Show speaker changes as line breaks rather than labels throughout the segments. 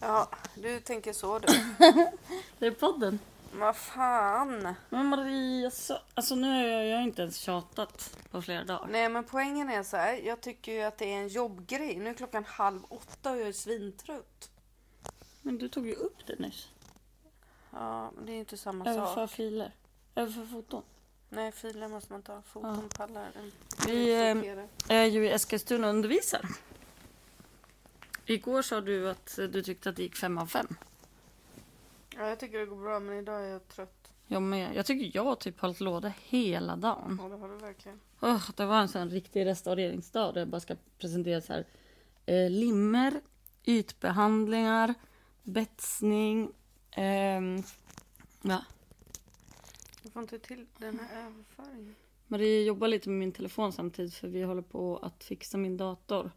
Ja, du tänker så du.
Det är podden.
Vad fan.
Men Maria, så, alltså nu har jag, jag har inte ens tjatat på flera dagar.
Nej men poängen är så här. Jag tycker ju att det är en jobbgrej. Nu är klockan halv åtta och jag är svintrött.
Men du tog ju upp det nyss.
Ja, men det är ju inte samma
Överför
sak.
filer. Överför foton.
Nej, filer måste man ta. Foton pallar.
Vi, ehm,
Sortera.
Jag är ju i Eskilstuna och undervisar. Igår sa du att du tyckte att det gick fem av fem.
Ja, jag tycker det går bra men idag är jag trött.
Jag med. Jag tycker jag har typ hållit låda hela dagen.
Ja, det har du verkligen.
Åh, det var en sån riktig restaureringsdag där jag bara ska presentera så här, eh, limmer, ytbehandlingar, betsning. ehm, ja.
Jag får inte till den här överföringen.
Marie jobbar lite med min telefon samtidigt för vi håller på att fixa min dator.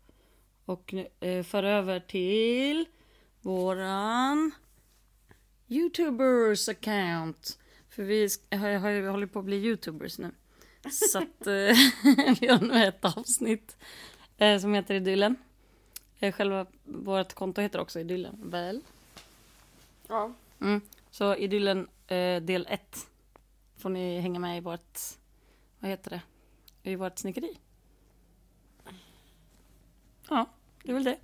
Och nu, eh, för över till våran Youtubers account. För vi sk- har, har, ju- håller på att bli Youtubers nu. Så att eh, vi har nu ett avsnitt eh, som heter Idyllen. Eh, själva vårt konto heter också Idyllen, väl?
Ja,
Mm. Så Idyllen eh, del 1 får ni hänga med i vårt, vad heter det, i vårt snickeri. Ja, det är väl det.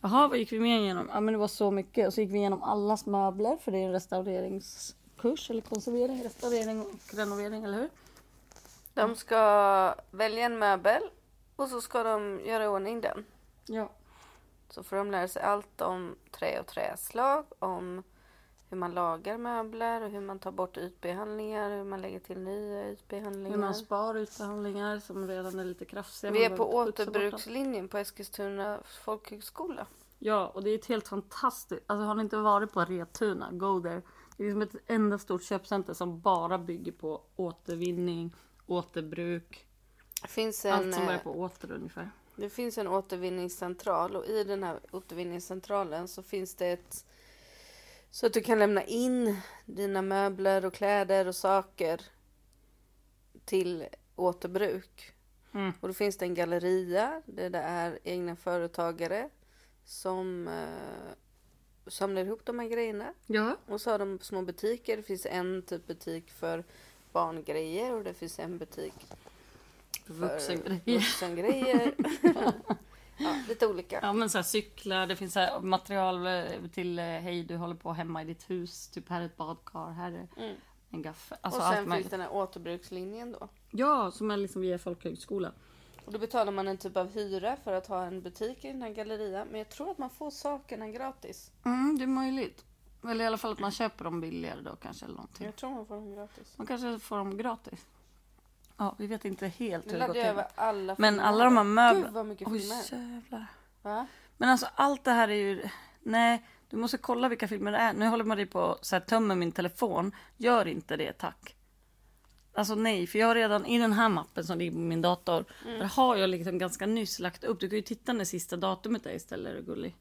Jaha, vad gick vi med igenom? Ja, men det var så mycket. Och så gick vi igenom allas möbler, för det är en restaureringskurs, eller konservering, restaurering och renovering, eller hur?
de ska välja en möbel och så ska de göra i ordning den.
Ja.
Så får de lära sig allt om trä och träslag, om hur man lagar möbler, och hur man tar bort ytbehandlingar, hur man lägger till nya
Hur man
ytbehandlingar.
spar utbehandlingar som redan är lite kraftiga.
Vi
Man
är på
behöver putsa bort dem.
återbrukslinjen på Eskilstuna folkhögskola.
Ja, och det är ett helt fantastiskt. Alltså har ni inte varit på Retuna, go there. Det är liksom ett enda stort köpcenter som bara bygger på återvinning, återbruk,
Det finns en,
allt som
eh,
börjar på åter ungefär.
det finns en återvinningscentral och i den här återvinningscentralen så finns det ett så att du kan lämna in dina möbler och kläder och saker till återbruk.
Mm.
Och då finns det en galleria där det är egna företagare som eh, samlar ihop de här grejerna.
Ja.
Och så har de små butiker. Det finns en typ butik för barngrejer och det finns en butik för
Vuxengrejer.
vuxengrejer. ja, lite olika.
Ja men så här, cyklar, det finns så här, material eh, till eh, hej du håller på hemma i ditt hus, typ här är ett badkar, här är
Mm.
en gaffel. Alltså
och
allt
sen finns
möjligt.
den här återbrukslinjen då.
Ja, som är liksom via folkhögskola.
Och då betalar man en typ av hyra för att ha en butik i den här gallerian. Men jag tror att man får sakerna gratis.
Mm, det är möjligt. Eller i alla fall att man köper dem billigare då kanske eller någonting.
Jag tror man får dem gratis.
Man kanske får dem gratis. Ja, vi vet inte helt
Nu
hur det går
laddade jag
till.
över alla
Men
filmer.
alla de här möblerna...
Gud vad mycket
Oj
filmer.
jävlar.
Va?
Men alltså allt det här är ju... Nej, du måste kolla vilka filmer det är. Nu håller Marie på och så här, tömmer min telefon. Gör inte det tack. Alltså nej, för jag har redan i den här mappen som ligger på min dator.
Mm.
Där har jag liksom ganska nyss lagt upp. Du kan ju titta när sista datumet är istället, är du gullig.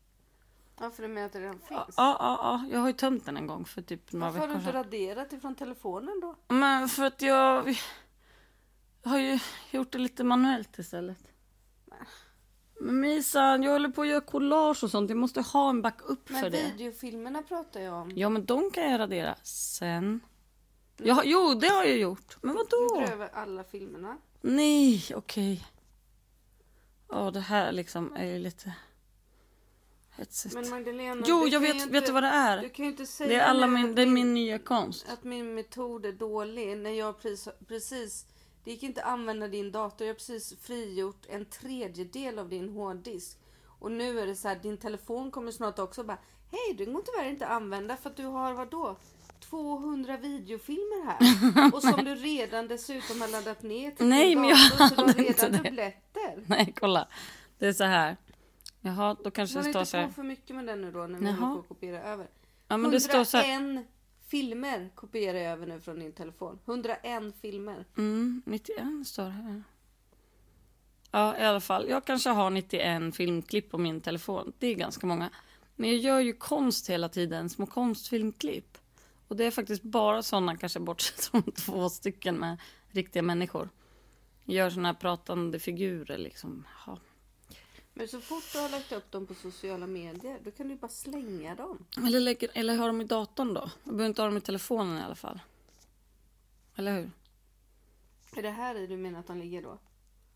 Ja, för du menar att det redan finns?
Ja, ja, ja. Jag har ju tömt den en gång för typ några
Varför har du
veckor
inte
sedan.
raderat ifrån telefonen då?
Men för att jag har ju gjort det lite manuellt istället. Men Misan, jag håller på att göra collage och sånt. Jag måste ha en backup
Men
för det.
videofilmerna pratar jag om.
Ja, men de kan jag radera sen. Jag har, jo, det har jag gjort. Men
Jag
vadå?
drar över alla filmerna.
Nej, okej. Ja, det här liksom är ju lite hetsigt.
Men Magdalena,
Jo,
du
jag
kan ju
vet,
inte,
vet du vad det
Du
är?
kan ju inte säga
Det är, alla
nu
min,
att
det är min nya konst.
att min metod är dålig när jag precis, precis... Det gick inte att använda din dator. Jag har precis frigjort en tredjedel av din hårddisk. Och nu är det så här, din telefon kommer snart också bara Hej, den går tyvärr inte att använda för att du har vadå? 200 videofilmer här. Och som du redan dessutom har laddat ner till
Nej,
din
men
dator.
jag
så du har
hade inte
redan
det.
dubbletter.
Nej, kolla. Det är så här. Jaha, då kanske
Slå
det står
inte
så
på
här.
för mycket med den nu då när vi
Jaha.
håller på att kopiera över.
Ja, men det står så här.
101 filmer kopierar jag över nu från din telefon. 101 filmer.
Mm, 91 står det här. Ja, i alla fall. Jag kanske har 91 filmklipp på min telefon. Det är ganska många. Men jag gör ju konst hela tiden, små konstfilmklipp. Och det är faktiskt bara sådana, kanske bortsett från två stycken med riktiga människor. Jag gör sådana här pratande figurer liksom. Ja.
Men så fort du har lagt upp dem på sociala medier, då kan du ju bara slänga dem.
Eller, lägger, eller har dem i datorn då? Jag behöver inte ha dem i telefonen i alla fall. Eller hur?
Är det här i du menar att de ligger då?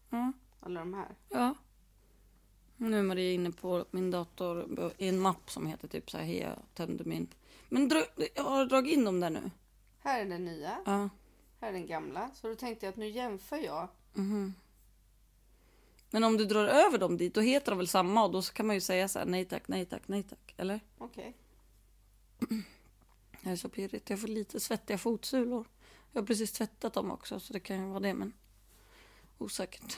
Ja.
Alla de här?
ja. Nu är Maria inne på min dator i en mapp som heter typ så här Hej jag tömde min. Men dra, jag har dragit in dem där nu.
Här är den nya,
Ja.
här är den gamla. Så då tänkte jag att nu jämför jag.
Men om du drar över dem dit då heter de väl samma och då så kan man ju säga så här nej tack, nej tack, nej tack. Eller?
Okej.
Det är så pirrigt. Jag får lite svettiga fotsulor. Jag har precis tvättat dem också så det kan ju vara det men osäkert.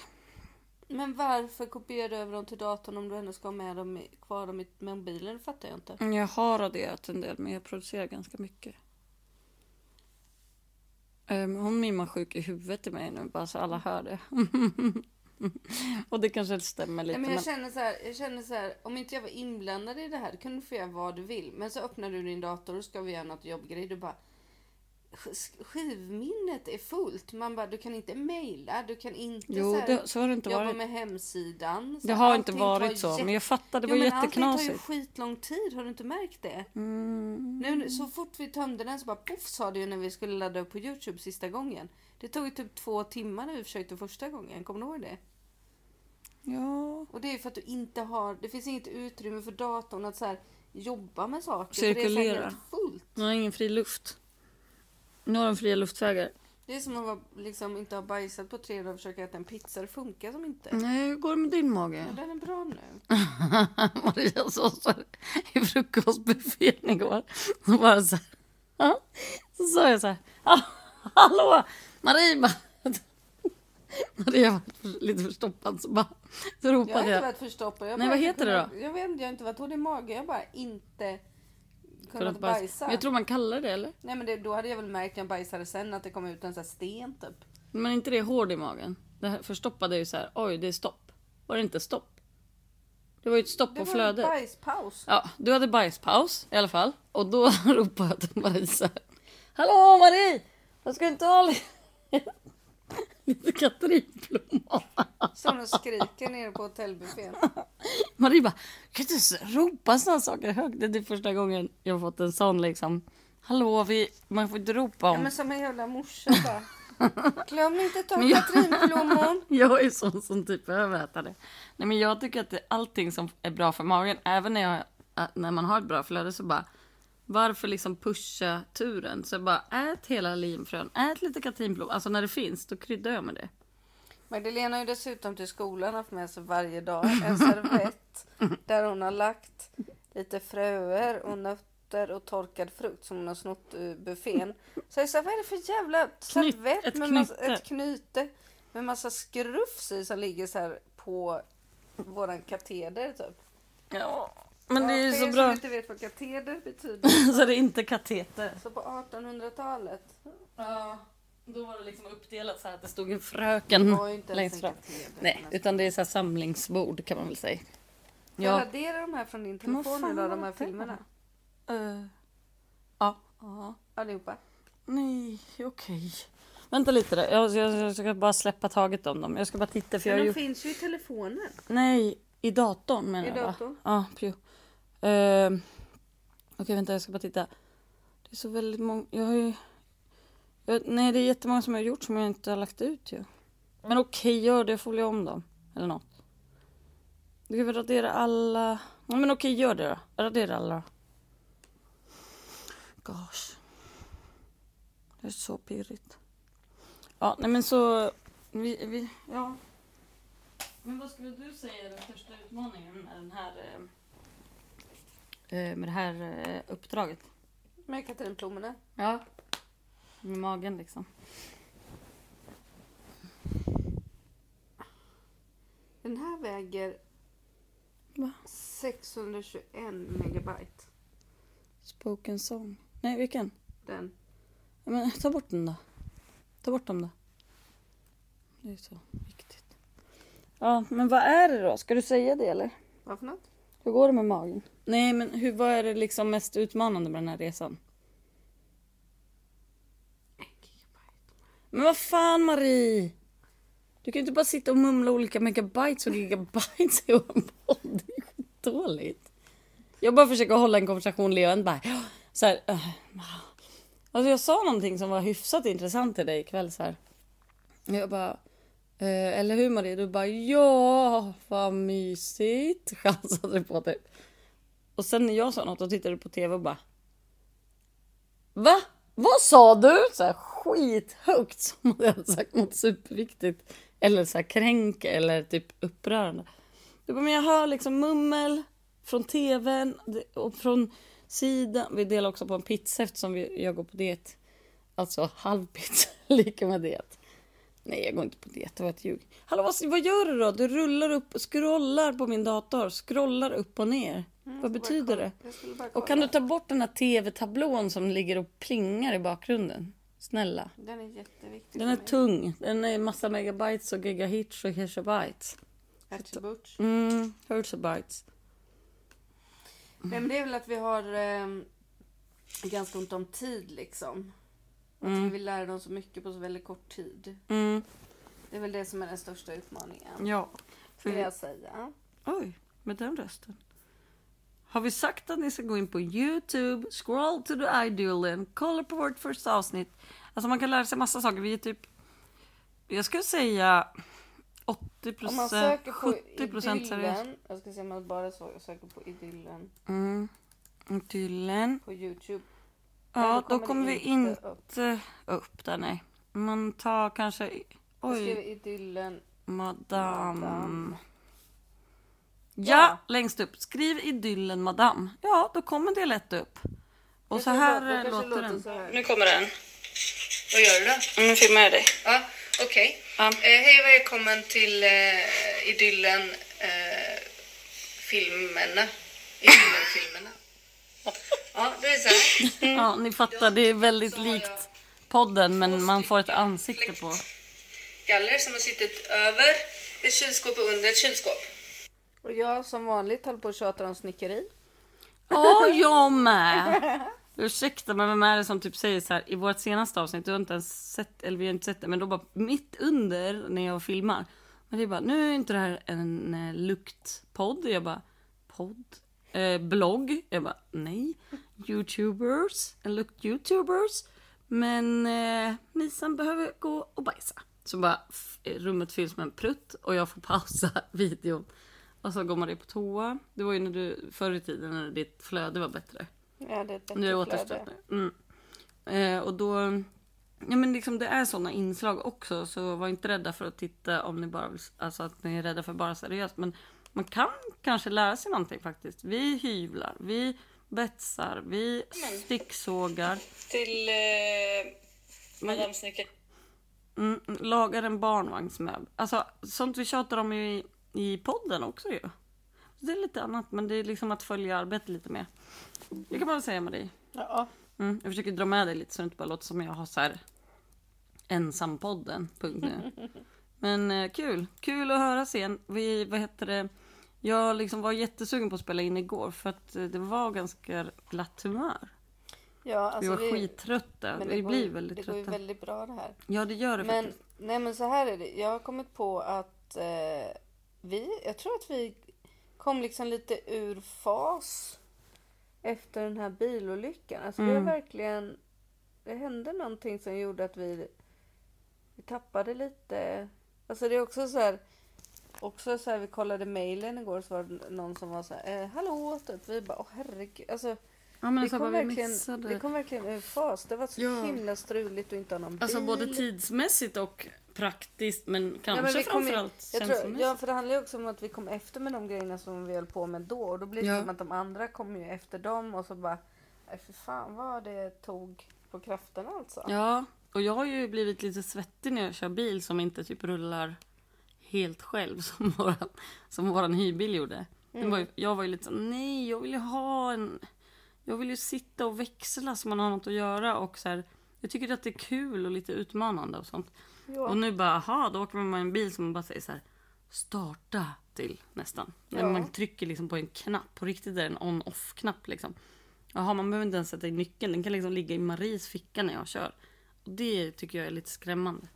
Men varför kopierar du över dem till datorn om du ändå ska ha med dem i, kvar dem i mobilen? Det fattar jag inte.
Mm, Jag har raderat en del men jag producerar ganska mycket. Ehm, hon mimar sjuk i huvudet till mig nu bara så alla hör det. och det kanske stämmer lite
Nej,
men,
men jag, känner så här, jag känner så här, om inte jag var inblandad i det här, då kunde du få göra vad du vill. Men så öppnar du din dator och ska vi göra något jobbgrej. Du bara, "Sk- skivminnet är fullt. Man bara, du kan inte mejla, du kan inte
Jo
så här,
det, så har det inte
jobba
varit.
med hemsidan. Så
Det har inte
allting tar
varit så
jätte-
men jag fattar det var
jo, men Allting tar ju
jätteknasigt.
skitlång tid, har du inte märkt det?
Mm.
Nu, så fort vi tömde den så bara poff sa det ju när vi skulle ladda upp på Youtube sista gången. Det tog ju typ två timmar när vi försökte första gången, kommer du ihåg det?
Ja.
Och det är ju för att du inte har, det finns inget utrymme för datorn att så här, jobba med saker. för Det är så
Cirkulera.
här helt fullt.
Nu har ingen fri luft. Nu har de fria luftvägar.
Det är som att vara, liksom, inte ha bajsat på tre dagar och försöka äta en pizza, det funkar som inte.
Nej, hur går det med din
Men
mage?
den är bra nu.
Maria sa så här i frukostbuffén igår. Så bara så här. Ja. Så sa jag så här. "Hallå, Hallå! Marie bara. Maria var lite förstoppad så bara. Så
Jag har
ropade
inte
jag.
varit förstoppad. Jag
Nej,
bara
vad
inte
heter det
kunnat- Jag vet inte, jag har inte varit hård i magen. Jag har bara inte kunnat
Kunnat bajsa.
bajsa.
Men jag tror man kallar det eller?
Nej men det, då hade jag väl märkt när jag bajsade sen att det kom ut en sån här sten typ.
Men är inte det hård i magen? Det här förstoppade är ju så här. Oj, det är stopp. Var det inte stopp? Det var ju ett stopp
Det
på
var en
flödet.
bajspaus.
Ja, du hade bajspaus i alla fall. Och då ropade jag till Marie så här. Hallå Marie! Jag ska inte ha li- lite Katrinblomma?
Som de skriker nere på hotellbuffén.
Marie bara, kan du inte ropa sådana saker högt? Det är typ första gången jag har fått en sån liksom. Hallå, vi, man får inte ropa
Ja
om.
men som en jävla morsa bara. Glöm inte att ta
Men jag-
katrinblommor.
Jag är sån som typ överätar det. Nej men jag tycker att det, allting som är bra för magen, även när, jag, äh, när man har ett bra flöde så bara varför liksom pusha turen? Så bara ät hela linfrön, ät lite katrinblom. Alltså när det finns, då kryddar jag med det.
Magdalena har ju dessutom till skolan haft med sig varje dag en servett där hon har lagt lite fröer och nötter och torkad frukt som hon har snott ur buffén. Så jag sa, vad är det för jävla servett
ett
med massa,
knyte."
ett knyte med massa skrufs i som ligger så här på våran kateder typ.
Ja, men det är ju
Ja, för
så
er
bra.
som inte vet vad kateder betyder.
så det är inte kateter.
Så på 1800-talet
Ja, då var det liksom uppdelat så här att det stod en fröken
var ju inte ens
längst
en
fram.
kateder.
Nej, utan det är så här samlingsbord kan man väl säga.
Jag raderar de här från din
Men vad
telefon nu
fan
då,
var
de här
det?
filmerna.
Eh, ja. ja.
Allihopa.
Nej, okej. Vänta lite där. Jag, jag, jag ska bara släppa taget om dem. Jag ska bara titta för jag har
Men de
gjort...
finns ju i telefonen.
Nej, i datorn menar
I
jag va?
datorn.
Ja, pju. Ehm, okej vänta jag ska bara titta. Det är så väldigt många. Jag har ju... Jag, nej det är jättemånga som jag har gjort som jag inte har lagt ut ju. Men okej gör det. Jag får väl göra om dem. Eller något. Du kan väl radera alla. Ja, men okej gör det då. Radera alla. Gosh. Det är så pirrigt. Ja nej men så. Vi, vi, ja. Men vad skulle du säga är den största utmaningen med, den här, eh, eh, med det här eh, uppdraget?
Med katrinplommorna.
Ja. Med magen liksom.
Den här väger
Va?
621 megabyte.
Spoken song. Nej, vilken?
Den.
Ja, Men, ta bort den då. Ta bort dem då. Det är så viktigt. Ja, men vad är det då? Ska du säga det eller?
Vad för något?
Hur går det med magen? Nej, men hur, vad är det liksom mest utmanande med den här resan?
En gigabyte.
Men vad fan Marie! Du kan ju inte bara sitta och mumla olika megabytes och gigabytes i en podd. Det är skitdåligt. Jag bara försöker hålla en konversation, Leon bara "Ja", så här, "Ugh." Alltså jag sa någonting som var hyfsat intressant till dig ikväll så här. Jag bara, eh, eller hur Marie? Du bara, ja, vad mysigt. Chansade du på typ. Och sen när jag sa något, då tittade du på tv och bara, Va? Vad sa du? Så här skithögt som om jag hade sagt något superviktigt. Eller så här kränk eller typ upprörande. Du bara, men jag hör liksom mummel från tvn det- och från sidan. Vi delar också på en pizza eftersom vi, jag går på diet. Alltså halvpizza lika med diet. Nej, jag går inte på diet. Det var ett ljug. Hallå, vad, vad gör du då? Du rullar upp, scrollar på min dator. Scrollar upp och ner. vad betyder det?
Jag skulle bara kolla.
Och kan du ta bort den här tv-tablån som ligger och plingar i bakgrunden? Snälla.
Den är jätteviktig.
Den är tung. Den är massa megabytes och gigahits och hersabytes.
Attributes.
Mm, hersabytes.
Nej men det är väl att vi har eh, ganska ont om tid liksom. Att vi vill lära dem så mycket på så väldigt kort tid.
Mm,
Det är väl det som är den största utmaningen.
ja. För
Skulle
vi,
jag säga.
oj, med den rösten. Har vi sagt att ni ska gå in på Youtube, scroll to the idealen, kolla på vårt första avsnitt. Alltså man kan lära sig massa saker. Vi är typ, jag skulle säga 80
Om man
procent,
söker på
70 eh, procent seriöst.
idyllen. Jag ska se om man bara så- söker på idyllen
Mm, tydligen.
på Youtube.
Ja,
Men
då kommer
det
vi inte
upp.
upp där, nej. Man tar kanske...
Jag
Oj,
skriver idyllen. Madame.
madame. Ja,
Ja.
längst upp. Skriv idyllen madame. Ja, då kommer det lätt upp. Och
Jag
så
tror
här
det kanske
eh, låter den.
så här.
Nu kommer den.
Vad gör du då?
Nu filmar jag dig.
Ja, okej.
Ja.
Eh, hej och välkommen till eh, Idyllen eh, filmerna. Idyllen filmerna. Ja, det är så här.
Ja, ni fattar. Det är väldigt
Så har
likt
jag
podden, men
två
man får ett
stycken
ansikte på.
Galler som har suttit över ett kylskåp och under ett kylskåp.
Och jag som vanligt håller på och tjatar om snickeri.
Ja, jag med! Ursäkta, men vem är det som typ säger så här i vårt senaste avsnitt, du har inte ens sett, eller vi har inte sett det, men då bara mitt under när jag filmar. Men det är bara, nu är inte det här en eh, luktpodd. Jag bara, podd? Eh, blogg? Jag bara, nej. Youtubers, en lukt-youtubers. Men eh, Nisan behöver gå och bajsa. Så bara, f- rummet fylls med en prutt och jag får pausa videon. Och så går man på toa. Det var ju när du, förr i tiden när ditt flöde var bättre.
Ja, det är ett
Nu är det
bättre flöde.
återställt nu. Mm. Eh, och då... Ja men liksom det är såna inslag också så var inte rädda för att titta om ni bara vill, alltså att ni är rädda för bara seriöst. Men man kan kanske lära sig någonting faktiskt. Vi hyvlar, vi betsar, vi sticksågar,
Till eh,
Madame
Snickare.
mm, lagar en barnvagnsmöbel. Alltså sånt vi tjatar om i, i podden också ju. Så det är lite annat men det är liksom att följa arbetet lite mer. Det kan man väl säga Marie.
Ja.
Mm, jag försöker dra med dig lite så det inte bara låter som jag har så här ensampodden. Punkt nu. Men eh, kul. Kul att höra sen. Vi, vad heter det? Jag liksom var jättesugen på att spela in igår för att eh, det var ganska glatt humör.
Ja, alltså
vi var
vi-
skittrötta.
men
Vi
går
blir
ju-
väldigt
Det går ju
trötta.
väldigt bra det här.
Ja det gör det
Men,
faktiskt.
nej men så här är det. Jag har kommit på att eh, vi, jag tror att vi kom liksom lite ur fas efter den här bilolyckan. Alltså vi har
Mm.
verkligen, det hände någonting som gjorde att vi, vi tappade lite. Alltså det är också så här, också så här vi kollade mailen igår så var det någon som var så här, eh, hallå, typ. Vi bara, åh herregud. Alltså,
Ja men
vi,
alltså
kom
vad vi
verkligen, vi
missade.
kom verkligen ur fas. Det var så
Ja.
himla struligt att inte ha någon bil.
Alltså både tidsmässigt och praktiskt men
Ja,
kanske
men vi kom ju-
framförallt
jag tror,
känslomässigt.
ja, för det handlar ju också om att vi kom efter med de grejerna som vi höll på med då. Och då blir det
Ja.
som att de andra kom ju efter dem och så bara... "Nej, Fy fan vad det tog på krafterna alltså.
Ja, och jag har ju blivit lite svettig när jag kör bil som inte typ rullar helt själv som våran, som våran hyrbil gjorde. Den
Mm.
var ju, jag var ju lite så nej jag vill ju ha en... Jag vill ju sitta och växla så man har något att göra och så här, Jag tycker att det är kul och lite utmanande och sånt.
Ja.
Och nu bara, aha, då åker man med en bil som man bara säger så här starta till nästan. Men
Ja.
man trycker liksom på en knapp, på riktigt är det en on-off knapp liksom. Jaha, man behöver inte ens sätta i nyckeln, den kan liksom ligga i Maries ficka när jag kör. Och det tycker jag är lite skrämmande.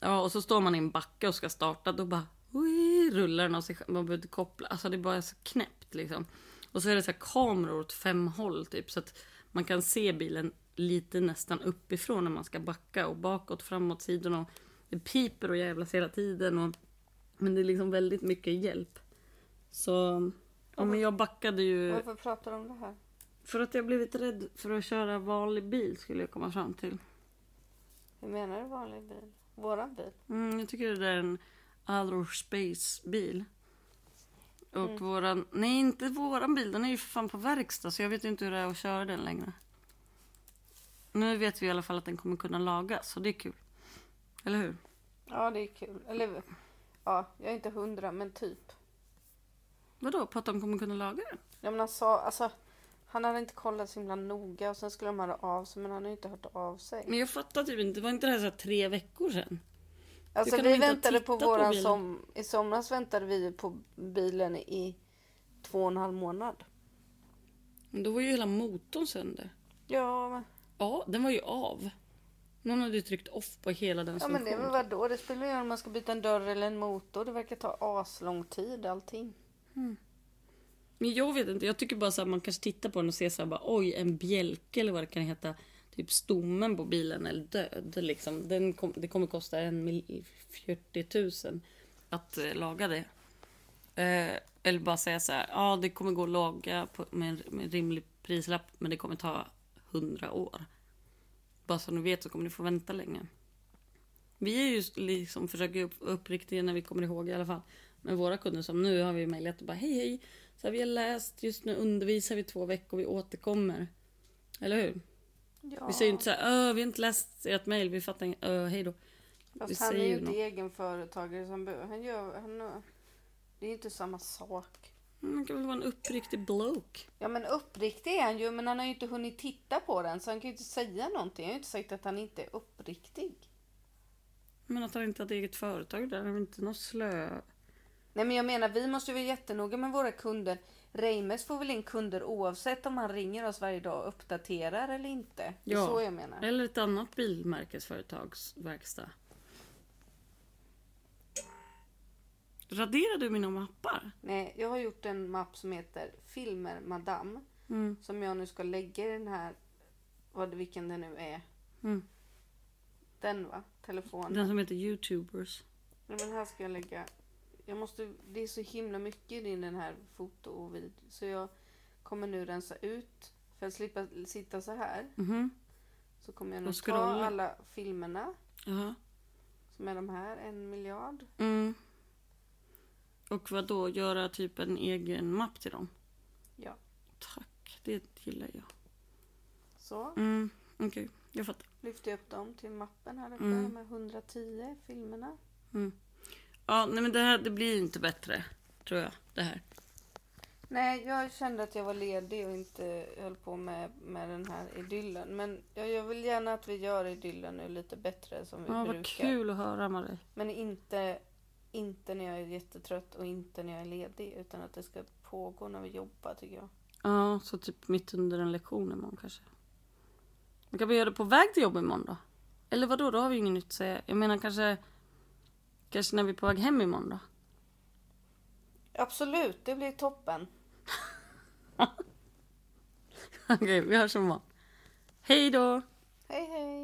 Ja, och så står man i en backe och ska starta. Då bara ui, rullar den av sig själv. Man behöver inte koppla. Alltså det är bara så knäppt liksom. Och så är det så här kameror åt fem håll typ. Så att man kan se bilen lite nästan uppifrån när man ska backa. Och bakåt, framåt, sidorna. Och det piper och jävlas hela tiden. Och, men det är liksom väldigt mycket hjälp. Så... Ja, men jag backade ju...
Varför pratar du om det här?
För att jag blivit rädd för att köra vanlig bil skulle jag komma fram till.
Hur menar du vanlig bil? Våran bil?
Mm, jag tycker det där är en outer space bil. Och våran, nej inte våran bil, den är ju för fan på verkstad så jag vet ju inte hur det är att köra den längre. Nu vet vi i alla fall att den kommer kunna lagas och det är kul. Eller hur?
Ja, det är kul. Eller ja, jag är inte hundra, men typ.
Vadå, på att de kommer kunna laga den?
Ja, men han sa, alltså, han hade inte kollat så himla noga och sen skulle de höra av sig, men han har ju inte hört av sig.
Men jag fattar typ inte, var inte det här så här tre veckor sedan?
Alltså
kan de
vi
inte ha
väntade på
tittat på
våran
bilen?
som, i somras väntade vi på bilen i två och en halv månad.
Men då var ju hela motorn sönder.
Ja, men,
Ja, den var ju av. Någon hade ju tryckt off på hela den
ja, men det är väl
funktionen.
vadå? Det spelar ju roll om man ska byta en dörr eller en motor. Det verkar ta aslång tid allting.
Men jag vet inte, jag tycker bara så här, man kanske tittar på den och ser så här, bara, oj en bjälke eller vad det kan heta. Typ stommen på bilen eller död. Liksom. Den kom, det kommer kosta en mil, 40 000 att eh, laga det. Eh, eller bara säga så här, ja det kommer gå att laga på, med, en, med en rimlig prislapp men det kommer ta 100 år. Bara så ni vet så kommer ni få vänta länge. Vi är ju liksom, försöker ju upp, uppriktiga när vi kommer ihåg i alla fall. Men våra kunder som nu har vi mejlat och bara hej hej. Så här, vi har läst, just nu undervisar vi två veckor, vi återkommer. Eller hur?
Ja.
Vi säger ju inte så här, "Ö, vi har inte läst ert mejl, vi fattar inte, "Ö, hej då. vi
Fast han är
säger
ju
ju
inte
något.
egenföretagare som behöver. Han gör, han, det är ju inte samma sak.
Man kan väl vara en uppriktig bloke.
Ja men uppriktig är han ju men han har ju inte hunnit titta på den så han kan ju inte säga någonting. Jag har ju inte sagt att han inte är uppriktig.
Men att han inte har ett eget företag där, han är väl inte någon slö...
Nej men jag menar vi måste ju vara jättenoga med våra kunder. Reimers får väl in kunder oavsett om han ringer oss varje dag och uppdaterar eller inte. Det är så jag menar.
Eller ett annat bilmärkesföretags verkstad. Raderar du mina mappar?
Nej, jag har gjort en mapp som heter Filmer Madame.
Mm.
Som jag nu ska lägga i den här, vad, vilken det nu är.
Mm.
Den va? Telefonen.
Den som heter Youtubers.
Nej, men här ska jag lägga. Jag måste, det är så himla mycket i den här foto och vid. Så jag kommer nu rensa ut. För att slippa sitta så här.
Mhm.
Så kommer jag
Och
nog ta
scrolla.
alla filmerna.
Jaha.
Som är de här, en miljard.
Mm. Och vad då göra typ en egen mapp till dem?
Ja.
Tack, det gillar jag.
Så,
Mm, okej, jag fattar.
lyfter jag upp dem till mappen här uppe.
Mm.
De här 110 filmerna.
Ja, nej men det här, det blir ju inte bättre. Tror jag, det här.
Nej, jag kände att jag var ledig och inte höll på med, med den här idyllen. Men jag, jag vill gärna att vi gör idyllen nu lite bättre som vi
Ja,
brukar.
vad kul att höra Marie.
Men inte, inte när jag är jättetrött och inte när jag är ledig. Utan att det ska pågå när vi jobbar tycker jag.
Ja, så typ mitt under en lektion imorgon kanske. Men kan vi göra det på väg till jobb imorgon då? Eller vad då? Då har vi ju inget nytt att säga. Jag menar kanske... Kanske när vi är på väg hem imorgon då?
Absolut, det blir toppen.
Okej, vi hörs imorgon. Hej då!
Hej hej!